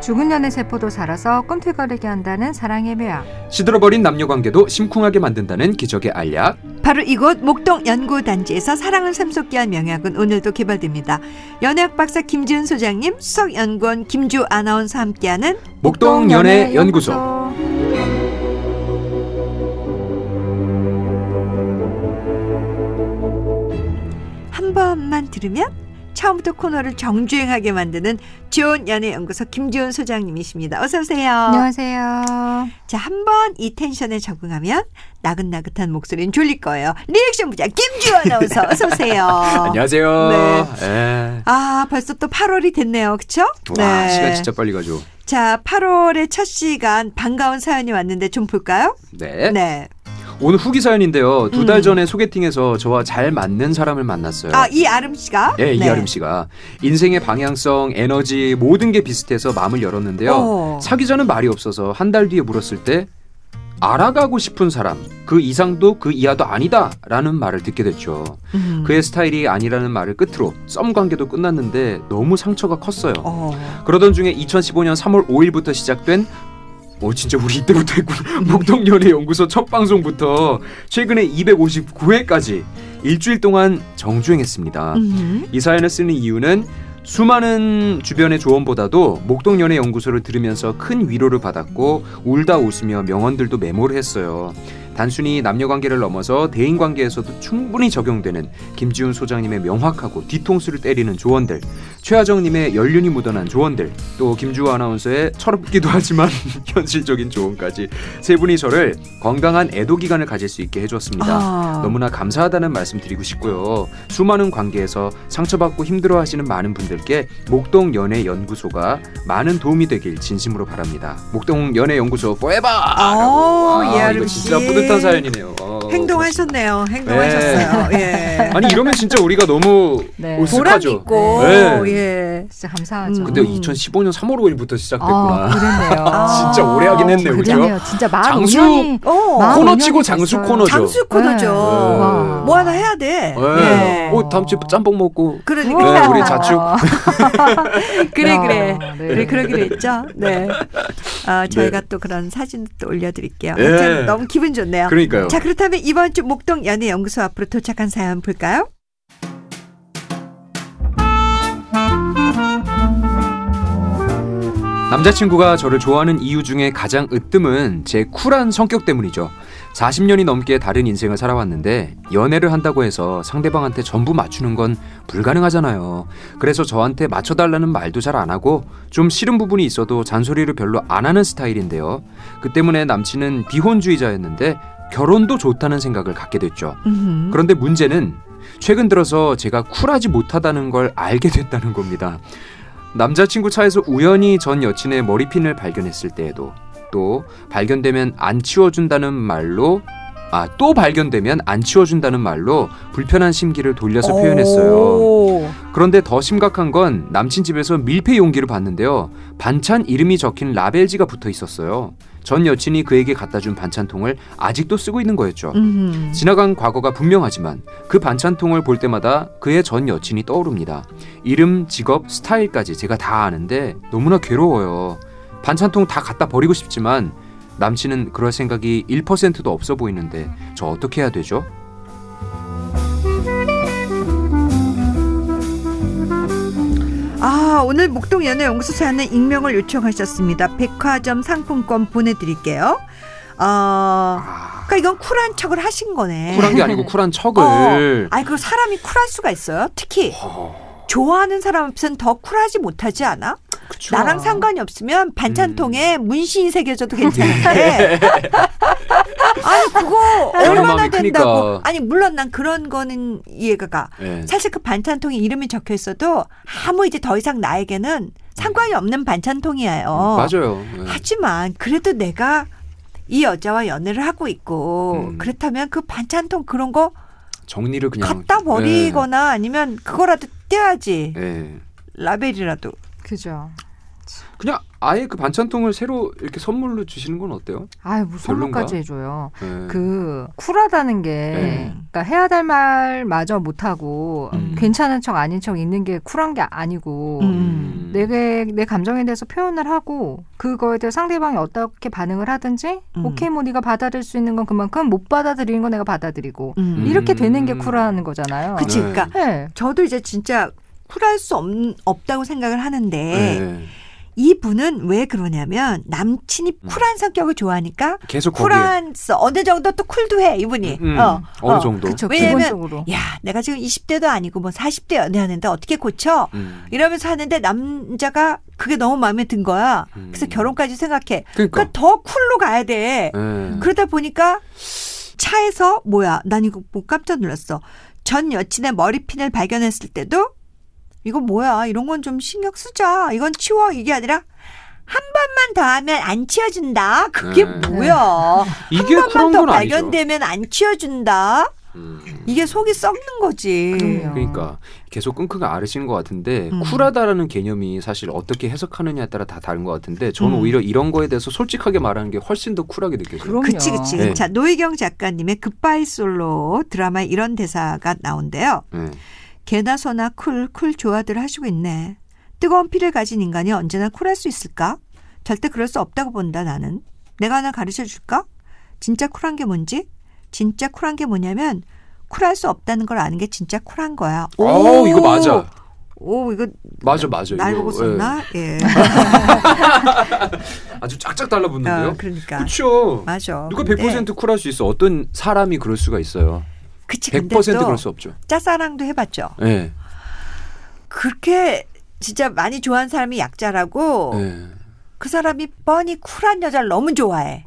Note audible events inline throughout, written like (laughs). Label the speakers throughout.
Speaker 1: 죽은 년의 세포도 살아서 꿈틀거리게 한다는 사랑의 묘약.
Speaker 2: 시들어버린 남녀 관계도 심쿵하게 만든다는 기적의 알약.
Speaker 3: 바로 이곳 목동 연구단지에서 사랑을 삼속게 한 명약은 오늘도 개발됩니다. 연예학 박사 김지은 소장님, 수석 연구원 김주 아나운서 함께하는
Speaker 2: 목동 연애 연구소.
Speaker 3: 한 번만 들으면 처음부터 코너를 정주행하게 만드는 좋은 연애 연구소 김지훈 소장님이십니다. 어서 오세요.
Speaker 1: 안녕하세요.
Speaker 3: 자, 한 번 이 텐션에 적응하면 나긋나긋한 목소리는 졸릴 거예요. 리액션 부자 김지훈
Speaker 2: (laughs)
Speaker 3: 아나운서 어서 오세요.
Speaker 2: 안녕하세요.
Speaker 3: 네.
Speaker 2: 예.
Speaker 3: 아, 벌써 또 8월이 됐네요. 그렇죠?
Speaker 2: 와 시간 진짜 빨리 가죠.
Speaker 3: 자, 8월의 첫 시간 반가운 사연이 왔는데 좀 볼까요?
Speaker 2: 네.
Speaker 3: 네.
Speaker 2: 오늘 후기 사연인데요. 두
Speaker 3: 음.
Speaker 2: 달 전에 소개팅에서 저와 잘 맞는 사람을 만났어요.
Speaker 3: 아, 이아름 씨가
Speaker 2: 예,
Speaker 3: 네.
Speaker 2: 이아름 씨가 인생의 방향성, 에너지 모든 게 비슷해서 마음을 열었는데요.
Speaker 3: 어.
Speaker 2: 사기 전은 말이 없어서 한 달 뒤에 물었을 때 알아가고 싶은 사람 그 이상도 그 이하도 아니다라는 말을 듣게 됐죠.
Speaker 3: 음.
Speaker 2: 그의 스타일이 아니라는 말을 끝으로 썸 관계도 끝났는데 너무 상처가 컸어요.
Speaker 3: 어.
Speaker 2: 그러던 중에 2015년 3월 5일부터 시작된 어 진짜 우리 이때부터 했구나 (laughs) 목동 연애 연구소 첫 방송부터 최근에 259회까지 일주일 동안 정주행했습니다.
Speaker 3: 음.
Speaker 2: 이 사연을 쓰는 이유는 수많은 주변의 조언보다도 목동 연애 연구소를 들으면서 큰 위로를 받았고 울다 웃으며 명언들도 메모를 했어요. 단순히 남녀 관계를 넘어서 대인 관계에서도 충분히 적용되는 김지훈 소장님의 명확하고 뒤통수를 때리는 조언들, 최하정 님의 연륜이 묻어난 조언들, 또 김주호 아나운서의 철없기도 하지만 (laughs) 현실적인 조언까지 세 분이 저를 건강한 애도 기간을 가질 수 있게 해 줬습니다.
Speaker 3: 아.
Speaker 2: 너무나 감사하다는 말씀 드리고 싶고요. 수많은 관계에서 상처받고 힘들어하시는 많은 분들께 목동 연애 연구소가 많은 도움이 되길 진심으로 바랍니다. 목동 연애 연구소 forever.
Speaker 3: 어, 이아름
Speaker 2: 이거 진짜
Speaker 3: 씨.
Speaker 2: 뿌듯한 사연이네요. 어, 네.
Speaker 3: 행동하셨네요. 행동하셨어요.
Speaker 2: (laughs)
Speaker 3: 예.
Speaker 2: 아니 이러면 진짜 우리가 너무
Speaker 1: 네.
Speaker 3: 보람
Speaker 2: 오싹하죠.
Speaker 3: 있고
Speaker 2: 네.
Speaker 3: 예.
Speaker 1: 진짜 감사하죠.
Speaker 3: 음.
Speaker 2: 근데 2015년 3월 5일부터
Speaker 1: 아,
Speaker 2: 시작됐구나. (laughs)
Speaker 1: 그랬네요. 아,
Speaker 2: 진짜 오래 하긴 했네요, 그죠?
Speaker 1: 그랬네요. 진짜 말
Speaker 2: 장수-
Speaker 1: 우연히
Speaker 3: 어.
Speaker 1: 아,
Speaker 2: 코너
Speaker 1: 운영이
Speaker 2: 치고 장수
Speaker 1: 됐어요.
Speaker 2: 코너죠.
Speaker 3: 장수 코너죠.
Speaker 2: 네.
Speaker 1: 와.
Speaker 3: 뭐 하나 해야 돼.
Speaker 2: 네.
Speaker 3: 예.
Speaker 2: 어, 다음 주에 짬뽕 먹고.
Speaker 3: 그러니까
Speaker 2: 네, 우리 자축.
Speaker 3: 그래
Speaker 1: 야,
Speaker 3: 아, 그래.
Speaker 1: 네.
Speaker 3: 우리 그러기로 했죠. 네. 아, 저희가 또 그런 사진 또 올려드릴게요. 네. 참 너무 기분 좋네요.
Speaker 2: 그러니까요.
Speaker 3: 자 그렇다면 이번 주 목동 연애 연구소 앞으로 도착한 사연 볼까요?
Speaker 2: 남자친구가 저를 좋아하는 이유 중에 가장 으뜸은 제 쿨한 성격 때문이죠. 40년이 넘게 다른 인생을 살아왔는데 연애를 한다고 해서 상대방한테 전부 맞추는 건 불가능하잖아요. 그래서 저한테 맞춰달라는 말도 잘 안 하고 좀 싫은 부분이 있어도 잔소리를 별로 안 하는 스타일인데요. 그 때문에 남친은 비혼주의자였는데 결혼도 좋다는 생각을 갖게 됐죠.
Speaker 3: 음.
Speaker 2: 그런데 문제는 최근 들어서 제가 쿨하지 못하다는 걸 알게 됐다는 겁니다. 남자친구 차에서 우연히 전 여친의 머리핀을 발견했을 때에도 또 발견되면 안 치워준다는 말로 아 또 발견되면 안 치워준다는 말로 불편한 심기를 돌려서 표현했어요.
Speaker 3: 오.
Speaker 2: 그런데 더 심각한 건 남친 집에서 밀폐 용기를 봤는데요. 반찬 이름이 적힌 라벨지가 붙어 있었어요. 전 여친이 그에게 갖다 준 반찬통을 아직도 쓰고 있는 거였죠.
Speaker 3: 음.
Speaker 2: 지나간 과거가 분명하지만 그 반찬통을 볼 때마다 그의 전 여친이 떠오릅니다. 이름, 직업, 스타일까지 제가 다 아는데 너무나 괴로워요. 반찬통 다 갖다 버리고 싶지만 남친은 그럴 생각이 1%도 없어 보이는데 저 어떻게 해야 되죠?
Speaker 3: 아, 오늘 목동 연애 연구소 사연은 익명을 요청하셨습니다. 백화점 상품권 보내드릴게요. 어,
Speaker 2: 아,
Speaker 3: 그러니까 이건 쿨한 척을 하신 거네.
Speaker 2: 쿨한 게 아니고 쿨한 척을.
Speaker 3: 아니 그 사람이 쿨할 수가 있어요. 특히
Speaker 2: 허,
Speaker 3: 좋아하는 사람 앞선 더 쿨하지 못하지 않아?
Speaker 2: 그쵸. 음.
Speaker 3: 나랑 상관이 없으면 반찬통에 문신이 새겨져도
Speaker 2: 예.
Speaker 3: 괜찮은데. 아니 그거
Speaker 2: 그런
Speaker 3: 얼마나
Speaker 2: 마음이
Speaker 3: 된다고?
Speaker 2: 크니까.
Speaker 3: 아니 물론 난 그런 거는 이해가 가.
Speaker 2: 예.
Speaker 3: 사실 그 반찬통에 이름이 적혀 있어도 아무 이제 더 이상 나에게는 상관이 없는 반찬통이에요.
Speaker 2: 맞아요. 예.
Speaker 3: 하지만 그래도 내가 이 여자와 연애를 하고 있고
Speaker 2: 음.
Speaker 3: 그렇다면 그 반찬통 그런 거
Speaker 2: 정리를 그냥
Speaker 3: 갖다
Speaker 2: 네.
Speaker 3: 버리거나 아니면 그거라도 떼야지
Speaker 2: 예. 예.
Speaker 3: 라벨이라도
Speaker 1: 그죠.
Speaker 2: 그냥 아예 그 반찬통을 새로 이렇게 선물로 주시는 건 어때요?
Speaker 1: 아유 뭐 무슨
Speaker 2: 별론가?
Speaker 1: 까지 해줘요.
Speaker 2: 예.
Speaker 1: 그 쿨하다는 그 게
Speaker 2: 네.
Speaker 1: 그러니까 해야 될 말 마저 못하고
Speaker 3: 음.
Speaker 1: 괜찮은 척 아닌 척 있는 게 쿨한 게 아니고
Speaker 3: 음.
Speaker 1: 내게 내 감정에 대해서 표현을 하고 그거에 대해 상대방이 어떻게 반응을 하든지
Speaker 3: 음.
Speaker 1: 오케이 뭐 네가 받아들일 수 있는 건 그만큼 못 받아들이는 건 내가 받아들이고
Speaker 3: 음.
Speaker 2: 이런-
Speaker 1: 이렇게 되는 게
Speaker 2: 음.
Speaker 1: 쿨한 거잖아요.
Speaker 3: 그치,
Speaker 2: 네.
Speaker 3: 그러니까
Speaker 1: 네.
Speaker 3: 저도 이제 진짜 쿨할 수 없, 없다고 생각을 하는데
Speaker 2: 네.
Speaker 3: 이 분은 왜 그러냐면 남친이
Speaker 2: 음.
Speaker 3: 쿨한 성격을 좋아하니까
Speaker 2: 계속 거기에
Speaker 3: 쿨한 써- 어느 정도 또 쿨도 해 이분이.
Speaker 2: 음,
Speaker 3: 어.
Speaker 2: 어느
Speaker 3: 어.
Speaker 2: 정도.
Speaker 1: 그쵸
Speaker 3: 왜냐면-
Speaker 1: 기본적으로.
Speaker 3: 야, 내가 지금 20대도 아니고 뭐 40대 연애하는데 어떻게 고쳐?
Speaker 2: 음.
Speaker 3: 이러면서 하는데 남자가 그게 너무 마음에 든 거야.
Speaker 2: 음.
Speaker 3: 그래서 결혼까지 생각해.
Speaker 2: 그러니까.
Speaker 3: 그러니까 더 쿨로 가야 돼.
Speaker 2: 네.
Speaker 3: 그러다 보니까 차에서 뭐야? 난 이거 뭐 깜짝 놀랐어. 전 여친의 머리핀을 발견했을 때도 이거 뭐야? 이런 건 좀 신경 쓰자. 이건 치워. 이게 아니라 한 번만 더 하면 안 치워준다. 그게
Speaker 2: 네.
Speaker 3: 뭐야?
Speaker 2: 이게
Speaker 3: 한 번만
Speaker 2: 그런
Speaker 3: 더
Speaker 2: 건 아니죠.
Speaker 3: 발견되면 안 치워준다.
Speaker 2: 음.
Speaker 3: 이게 속이 썩는 거지.
Speaker 1: 그럼요.
Speaker 2: 그러니까 계속 끙끙 앓으시는 것 같은데
Speaker 3: 음.
Speaker 2: 쿨하다라는 개념이 사실 어떻게 해석하느냐에 따라 다 다른 것 같은데 저는
Speaker 3: 음.
Speaker 2: 오히려 이런 거에 대해서 솔직하게 말하는 게 훨씬 더 쿨하게 느껴져요.
Speaker 1: 그럼요.
Speaker 3: 그치 그치.
Speaker 2: 네.
Speaker 3: 자 노희경 작가님의 급발 솔로 드라마 이런 대사가 나온대요.
Speaker 2: 네.
Speaker 3: 개나 소나 쿨, 쿨 조아들 하시고 있네. 뜨거운 피를 가진 인간이 언제나 쿨할 수 있을까? 절대 그럴 수 없다고 본다, 나는. 내가 하나 가르쳐 줄까? 진짜 쿨한 게 뭔지? 진짜 쿨한 게 뭐냐면, 쿨할 수 없다는 걸 아는 게 진짜 쿨한 거야.
Speaker 2: 오, 이거 맞아.
Speaker 3: 오, 이거
Speaker 2: 맞아 맞아.
Speaker 3: 날
Speaker 2: 이거,
Speaker 3: 보고
Speaker 2: 예.
Speaker 3: 썼나?
Speaker 2: (laughs)
Speaker 3: 예.
Speaker 2: 아주 쫙쫙 달라붙는데요.
Speaker 3: 어, 그러니까.
Speaker 2: 그렇죠.
Speaker 3: 맞아.
Speaker 2: 누가
Speaker 3: 근데
Speaker 2: 100% 쿨할 수 있어. 어떤 사람이 그럴 수가 있어요.
Speaker 3: 예. 그치, 근데
Speaker 2: 100%
Speaker 3: 또
Speaker 2: 그럴 수 없죠.
Speaker 3: 짝사랑도 해봤죠.
Speaker 2: 예. 네.
Speaker 3: 그렇게 진짜 많이 좋아하는 사람이 약자라고
Speaker 2: 네. 예.
Speaker 3: 그 사람이 뻔히 쿨한 여자를 너무 좋아해.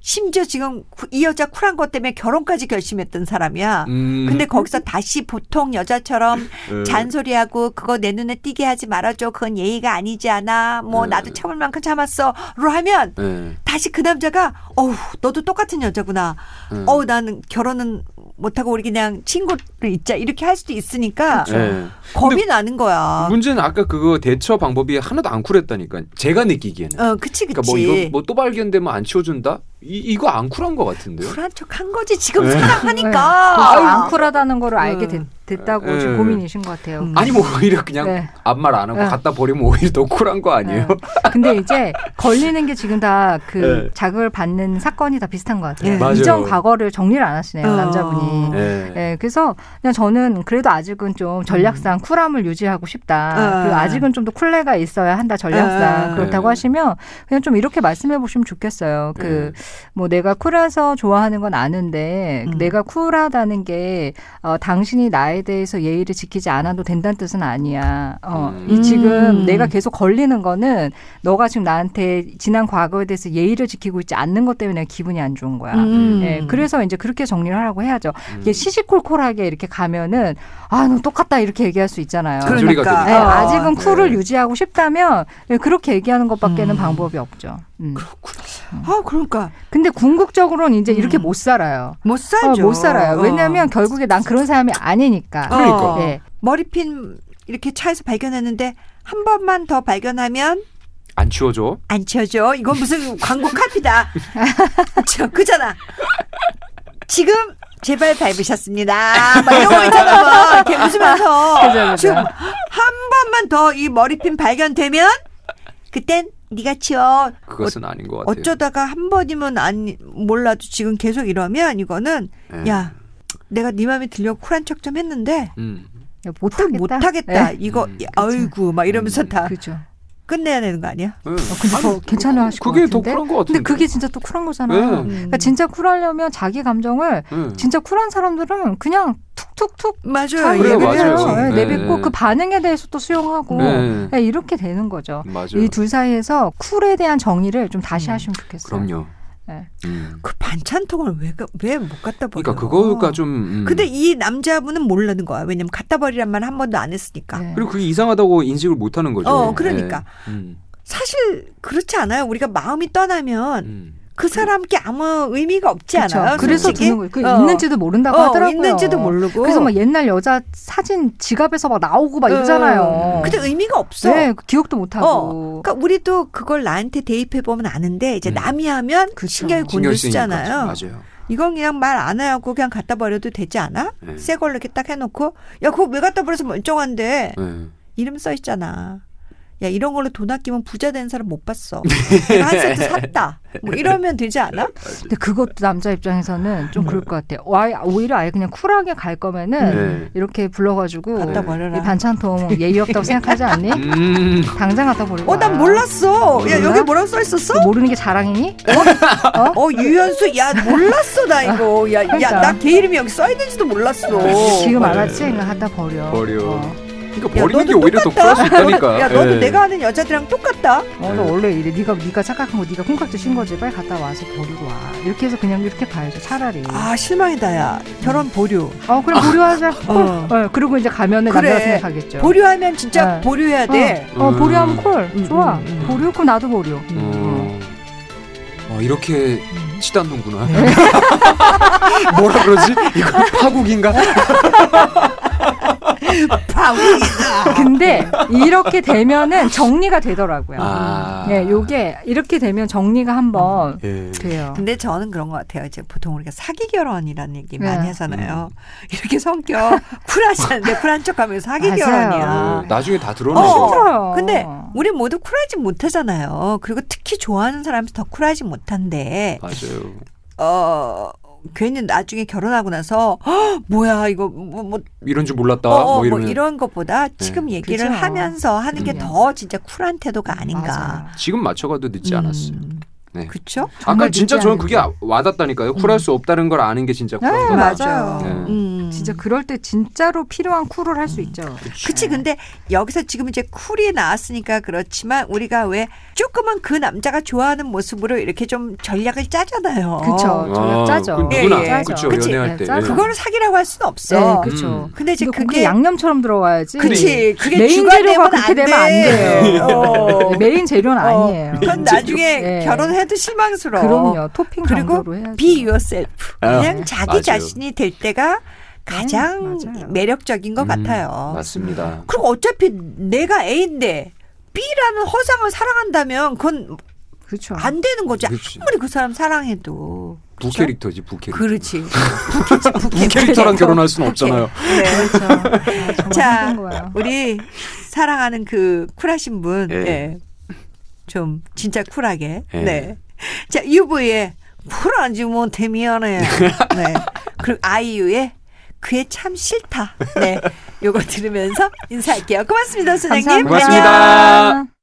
Speaker 3: 심지어 지금 구- 이 여자 쿨한 것 때문에 결혼까지 결심했던 사람이야.
Speaker 2: 음.
Speaker 3: 근데 거기서 다시 보통 여자처럼
Speaker 2: 예.
Speaker 3: 잔소리하고 그거 내 눈에 띄게 하지 말아줘. 그건 예의가 아니지 않아. 뭐
Speaker 2: 네.
Speaker 3: 나도 참을 만큼 참았어.로 하면
Speaker 2: 예.
Speaker 3: 다시 그 남자가 어우 너도 똑같은 여자구나.
Speaker 2: 예.
Speaker 3: 어우 나는 결혼은 못하고 우리 그냥 친구를 있자 이렇게 할 수도 있으니까
Speaker 2: 예.
Speaker 3: 겁이 나는 거야.
Speaker 2: 문제는 아까 그거 대처 방법이 하나도 안 쿨했다니까. 제가 느끼기에는.
Speaker 3: 어 그치 그치.
Speaker 2: 그러니까 뭐 이거 뭐 또 발견되면 안 치워준다? 이 이거 안 쿨한 것 같은데요.
Speaker 3: 쿨한 척 한 거지 지금 아.
Speaker 2: 네.
Speaker 1: 그래서
Speaker 3: 사랑하니까
Speaker 1: 안 쿨하다는 거를 알게
Speaker 3: 음.
Speaker 1: 됐, 다고
Speaker 2: 음.
Speaker 1: 지금 고민이신 것 같아요.
Speaker 3: 음.
Speaker 2: 아니 뭐 오히려 그냥
Speaker 1: 네.
Speaker 2: 아무 말 안 하고
Speaker 1: 네.
Speaker 2: 갖다 버리면 오히려 더 쿨한 거 아니에요?
Speaker 1: 네. 근데 이제 걸리는 게 지금 다 그
Speaker 2: 네.
Speaker 1: 자극을 받는 사건이 다 비슷한 것 같아요.
Speaker 3: 예. 맞아요.
Speaker 1: 이전 과거를 정리를 안 하시네요,
Speaker 3: 어.
Speaker 1: 남자분이.
Speaker 3: 네.
Speaker 2: 예.
Speaker 1: 예, 그래서 그냥 저는 그래도 아직은 좀
Speaker 2: 음.
Speaker 1: 전략상 쿨함을 유지하고 싶다.
Speaker 3: 어.
Speaker 1: 그리고 아직은 좀 더 쿨레가 있어야 한다. 전략상
Speaker 3: 어.
Speaker 1: 그렇다고
Speaker 2: 네.
Speaker 1: 하시면 그냥 좀 이렇게 말씀해 보시면 좋겠어요. 그
Speaker 2: 네.
Speaker 1: 뭐 내가 쿨해서 좋아하는 건 아는데
Speaker 3: 음.
Speaker 1: 내가 쿨하다는 게 어, 당신이 나에 대해서 예의를 지키지 않아도 된다는 뜻은 아니야. 어,
Speaker 2: 음.
Speaker 1: 이 지금
Speaker 3: 음.
Speaker 1: 내가 계속 걸리는 거는 너가 지금 나한테 지난 과거에 대해서 예의를 지키고 있지 않는 것 때문에 내가 기분이 안 좋은 거야.
Speaker 3: 음.
Speaker 1: 예, 그래서 이제 그렇게 정리를 하라고 해야죠.
Speaker 2: 음.
Speaker 1: 이게 시시콜콜하게 이렇게 가면은 아, 너 똑같다 이렇게 얘기할 수 있잖아요.
Speaker 2: 그렇죠. 잔소리가
Speaker 3: 그러니까.
Speaker 1: 예,
Speaker 3: 어.
Speaker 2: 아,
Speaker 1: 아직은
Speaker 2: 네.
Speaker 1: 쿨을 유지하고 싶다면 예, 그렇게 얘기하는 것밖에는
Speaker 3: 음.
Speaker 1: 방법이 없죠. 음.
Speaker 3: 아 그러니까
Speaker 1: 근데 궁극적으로는 이제 이렇게
Speaker 3: 음.
Speaker 1: 못 살아요.
Speaker 3: 못
Speaker 1: 어,
Speaker 3: 살죠.
Speaker 1: 못 살아요.
Speaker 3: 어.
Speaker 1: 왜냐하면 결국에 난 그런 사람이 아니니까.
Speaker 2: 어. 그러니까.
Speaker 1: 예.
Speaker 3: 머리핀 이렇게 차에서 발견했는데 한 번만 더 발견하면
Speaker 2: 안 치워줘.
Speaker 3: 안 치워줘. 이건 무슨 광고 카피다. 저 그잖아. 지금 제발 밟으셨습니다. 막 이런 거 있잖아. 막 이렇게
Speaker 1: 그죠, 그죠.
Speaker 3: 웃으면서 지금 한 번만 더 이 머리핀 발견되면 그땐 네가 치워.
Speaker 2: 그것은 아닌 것 같아요.
Speaker 3: 어쩌다가 한 번이면 안 몰라도 지금 계속 이러면 이거는
Speaker 2: 예.
Speaker 3: 야 내가 네 마음에 들려 쿨한 척 좀 했는데
Speaker 2: 음.
Speaker 3: 쿨
Speaker 1: 못하겠다.
Speaker 3: 못하겠다 이거
Speaker 2: 음,
Speaker 3: 야, 아이고 막 이러면서
Speaker 2: 음,
Speaker 1: 예. (laughs)
Speaker 3: 다
Speaker 1: 그죠. 어,
Speaker 3: 끝내야 되는 거 아니야?
Speaker 2: 예.
Speaker 1: 근데 더 괜찮아 하실 것
Speaker 2: 그게
Speaker 1: 같은데.
Speaker 2: 더 쿨한 것 같은데.
Speaker 1: 근데 그게 진짜 또 쿨한 거잖아요.
Speaker 3: 네.
Speaker 2: 예.
Speaker 1: 그러니까 진짜 쿨하려면 자기 감정을
Speaker 2: 예.
Speaker 1: 진짜 쿨한 사람들은 그냥 툭툭툭
Speaker 3: 맞아요.
Speaker 1: 잘
Speaker 2: 그래요,
Speaker 3: 얘기를
Speaker 2: 맞아요.
Speaker 1: 얘기해요.
Speaker 3: 해요.
Speaker 2: 네.
Speaker 1: 내뱉고
Speaker 2: 네.
Speaker 1: 그 반응에 대해서 또 수용하고
Speaker 2: 네.
Speaker 1: 네, 이렇게 되는 거죠.
Speaker 2: 맞아요.
Speaker 1: 이 둘 사이에서 쿨에 대한 정의를 좀 다시
Speaker 3: 음.
Speaker 1: 하시면 좋겠어요.
Speaker 2: 그럼요.
Speaker 1: 네.
Speaker 2: 음.
Speaker 3: 그 반찬통을 왜왜못 갖다 버려?
Speaker 2: 그러니까 그거가 좀. 음.
Speaker 3: 네. 근데 이 남자분은 모르는 거야. 왜냐면 갖다 버리란 말 한 번도 안 했으니까.
Speaker 1: 네.
Speaker 2: 그리고 그게 이상하다고 인식을 못하는 거죠.
Speaker 3: 어, 그러니까.
Speaker 2: 예. 음.
Speaker 3: 사실 그렇지 않아요. 우리가 마음이 떠나면
Speaker 2: 음.
Speaker 3: 그 사람께 아무 의미가 없지
Speaker 1: 그쵸.
Speaker 3: 않아요.
Speaker 1: 그래서
Speaker 3: 솔직히?
Speaker 1: 두는 거예요. 그
Speaker 3: 어.
Speaker 1: 있는지도 모른다고
Speaker 3: 어,
Speaker 1: 하더라고요.
Speaker 3: 있는지도 모르고.
Speaker 1: 그래서 막 옛날 여자 사진 지갑에서 막 나오고 막 이러잖아요.
Speaker 2: 음.
Speaker 3: 네. 근데 의미가 없어.
Speaker 1: 네, 기억도 못하고.
Speaker 3: 그러니까 우리도 그걸 나한테 대입해 보면 아는데 이제
Speaker 2: 음.
Speaker 3: 남이 하면
Speaker 1: 그쵸.
Speaker 3: 신경이
Speaker 2: 신경 쓰이니까.
Speaker 3: 곤두쓰잖아요.
Speaker 2: 맞아요.
Speaker 3: 이건 그냥 말 안 하고 그냥 갖다 버려도 되지 않아?
Speaker 2: 네.
Speaker 3: 새 걸로 이렇게 딱 해놓고 야 그거 왜 갖다 버려서 멀쩡한데
Speaker 2: 네.
Speaker 3: 이름 써 있잖아. 야 이런 걸로 돈 아끼면 부자 된 사람 못 봤어. 내가 한 세트 샀다. 뭐 이러면 되지 않아?
Speaker 1: 근데 그것도 남자 입장에서는
Speaker 2: 음.
Speaker 1: 좀 그럴 것 같아요. 와- 오히려 아예 그냥 쿨하게 갈 거면은
Speaker 2: 네.
Speaker 1: 이렇게 불러가지고
Speaker 3: 갖다
Speaker 2: 네.
Speaker 1: 이
Speaker 3: 버려라.
Speaker 1: 반찬통 예의 없다고 생각하지 않니?
Speaker 2: 음.
Speaker 1: 당장 갖다 버리고.
Speaker 3: 어 난 몰랐어. 야
Speaker 1: 몰라?
Speaker 3: 여기 뭐라고 써 있었어?
Speaker 1: 모르는 게 자랑이니?
Speaker 3: 어 유연수 야 몰랐어 나 이거. 야 야 나
Speaker 1: 그러니까.
Speaker 3: 걔 이름이 여기 써 있는지도 몰랐어.
Speaker 1: 지금
Speaker 2: 네.
Speaker 1: 알았지? 그냥 갖다 버려.
Speaker 2: 버려.
Speaker 1: 어,
Speaker 2: 그러니까
Speaker 3: 야,
Speaker 2: 버리는 게
Speaker 3: 너도
Speaker 2: 오히려 더 플러스 있다니까.
Speaker 3: 야 너도
Speaker 2: 예.
Speaker 3: 내가 아는 여자들이랑 똑같다.
Speaker 1: 어, 너 원래 이래. 네가 네가 착각한 거 네가 콩깍지 신 거지. 빨리 갔다 와서 버리고 와. 이렇게 해서 그냥 이렇게 가야죠. 차라리.
Speaker 3: 아 실망이다야. 결혼 보류.
Speaker 1: 어, 그럼 보류하자.
Speaker 3: 어.
Speaker 1: 어, 그리고 이제 가면은
Speaker 3: 그래.
Speaker 1: 남자가 생각하겠죠.
Speaker 3: 보류하면 진짜
Speaker 1: 네.
Speaker 3: 보류해야 돼.
Speaker 1: 어,
Speaker 2: 음.
Speaker 1: 보류하면 콜.
Speaker 3: 음,
Speaker 1: 좋아.
Speaker 3: 음, 음.
Speaker 1: 보류 그럼 나도 보류. 음.
Speaker 2: 어. 아, 이렇게
Speaker 3: 음.
Speaker 2: 치닫는구나. (laughs) 뭐라 그러지? 이거 파국인가?
Speaker 3: 네.
Speaker 1: 어.
Speaker 3: 파국이다.
Speaker 1: 근데 이렇게 되면은 정리가 되더라고요.
Speaker 2: 아.
Speaker 1: 네, 요게 이렇게 되면 정리가 한번
Speaker 2: 예.
Speaker 1: 돼요.
Speaker 3: 근데 저는 그런 것 같아요. 이제 보통 우리가 사기 결혼이라는 얘기
Speaker 1: 네.
Speaker 3: 많이 하잖아요. (laughs) 이렇게 성격 쿨하지 않은데 쿨한 척하면서 사기
Speaker 1: 맞아요.
Speaker 2: 어,
Speaker 3: 결혼이야.
Speaker 2: 나중에 다 드러내죠.
Speaker 3: 어.
Speaker 1: 힘들어요.
Speaker 3: 근데 우리 모두 쿨하지 못하잖아요. 그리고 특히 좋아하는 사람이 더 쿨하지 못한데
Speaker 2: 맞아요.
Speaker 3: 어 괜히 나중에 결혼하고 나서 "헉, 뭐야 이거 뭐, 뭐,
Speaker 2: 이런 줄 몰랐다.
Speaker 3: 어, 어, 뭐
Speaker 2: 이러면 네.
Speaker 3: 이런 것보다 지금 얘기를
Speaker 1: 그죠.
Speaker 3: 하면서 하는 게
Speaker 1: 그럼요.
Speaker 3: 더 진짜 쿨한 태도가 아닌가.
Speaker 1: 맞아요.
Speaker 2: 지금 맞춰가도 늦지
Speaker 3: 음.
Speaker 2: 않았어요. 네.
Speaker 3: 그렇죠?
Speaker 2: 아까
Speaker 1: 정말
Speaker 2: 진짜
Speaker 1: 늦지
Speaker 2: 저는
Speaker 1: 않은데.
Speaker 2: 그게 아- 와닿다니까요. 쿨할 수 없다는 걸 아는 게 진짜 쿨한
Speaker 1: 네,
Speaker 2: 거다.
Speaker 1: 맞아.
Speaker 3: 맞아요.
Speaker 1: 네.
Speaker 3: 음.
Speaker 1: 진짜 그럴 때 진짜로 필요한 쿨을 할 수 있죠.
Speaker 3: 그치
Speaker 1: 네.
Speaker 3: 근데 여기서 지금 이제 쿨이 나왔으니까 그렇지만 우리가 왜 조금은 그 남자가 좋아하는 모습으로 이렇게 좀 전략을 짜잖아요.
Speaker 1: 그쵸. 전략 짜죠.
Speaker 2: 그 누구나
Speaker 3: 예, 예.
Speaker 2: 그렇죠.
Speaker 3: 어. 그치.
Speaker 2: 연애할
Speaker 1: 예,
Speaker 2: 때.
Speaker 1: 짜죠.
Speaker 3: 거를 사기라고 할 수는
Speaker 1: 네,
Speaker 3: 없어.
Speaker 1: 그쵸
Speaker 2: 음.
Speaker 3: 근데 이제
Speaker 1: 근데
Speaker 3: 그게
Speaker 1: 그게 양념처럼 들어와야지.
Speaker 3: 그치 그게
Speaker 1: 메인
Speaker 3: 주가 되면
Speaker 1: 재료가
Speaker 3: 안
Speaker 1: 그렇게
Speaker 3: 돼.
Speaker 1: 되면 안 돼요.
Speaker 3: (laughs) 어.
Speaker 1: 네, 메인 재료는
Speaker 3: 어.
Speaker 1: 아니에요.
Speaker 3: 그건 나중에
Speaker 1: 네.
Speaker 3: 결혼해도 실망스러워.
Speaker 1: 그럼요. 토핑
Speaker 3: 그리고
Speaker 1: 정도로 해야죠.
Speaker 3: Be yourself.
Speaker 2: 아,
Speaker 3: 그냥 자기
Speaker 2: 맞아요.
Speaker 3: 자신이 될 때가 가장
Speaker 1: 네, 맞아요.
Speaker 3: 매력적인 것
Speaker 2: 음,
Speaker 3: 같아요.
Speaker 2: 맞습니다.
Speaker 3: 그리고 어차피 내가 A인데 B라는 허상을 사랑한다면 그건
Speaker 1: 그렇죠.
Speaker 3: 안 되는 거지.
Speaker 2: 그치.
Speaker 3: 아무리 그 사람 사랑해도.
Speaker 2: 부캐릭터지 부캐릭터.
Speaker 3: 그렇지.
Speaker 2: 부캐릭터랑 결혼할 순 없잖아요.
Speaker 3: 네.
Speaker 1: 그렇죠. 아, 정말
Speaker 3: 자.
Speaker 1: 힘든 거예요.
Speaker 3: (laughs) 우리 사랑하는 그 쿨하신 분.
Speaker 2: 예.
Speaker 3: 예. 좀 진짜 쿨하게.
Speaker 2: 예.
Speaker 3: 네. 자, 유부의 쿨하지 못해 미안해. 네. 그리고 아이유의 그게 참 싫다. 네. 요거 들으면서 인사할게요. 고맙습니다, 소장님.
Speaker 1: 감사합니다.
Speaker 2: 고맙습니다.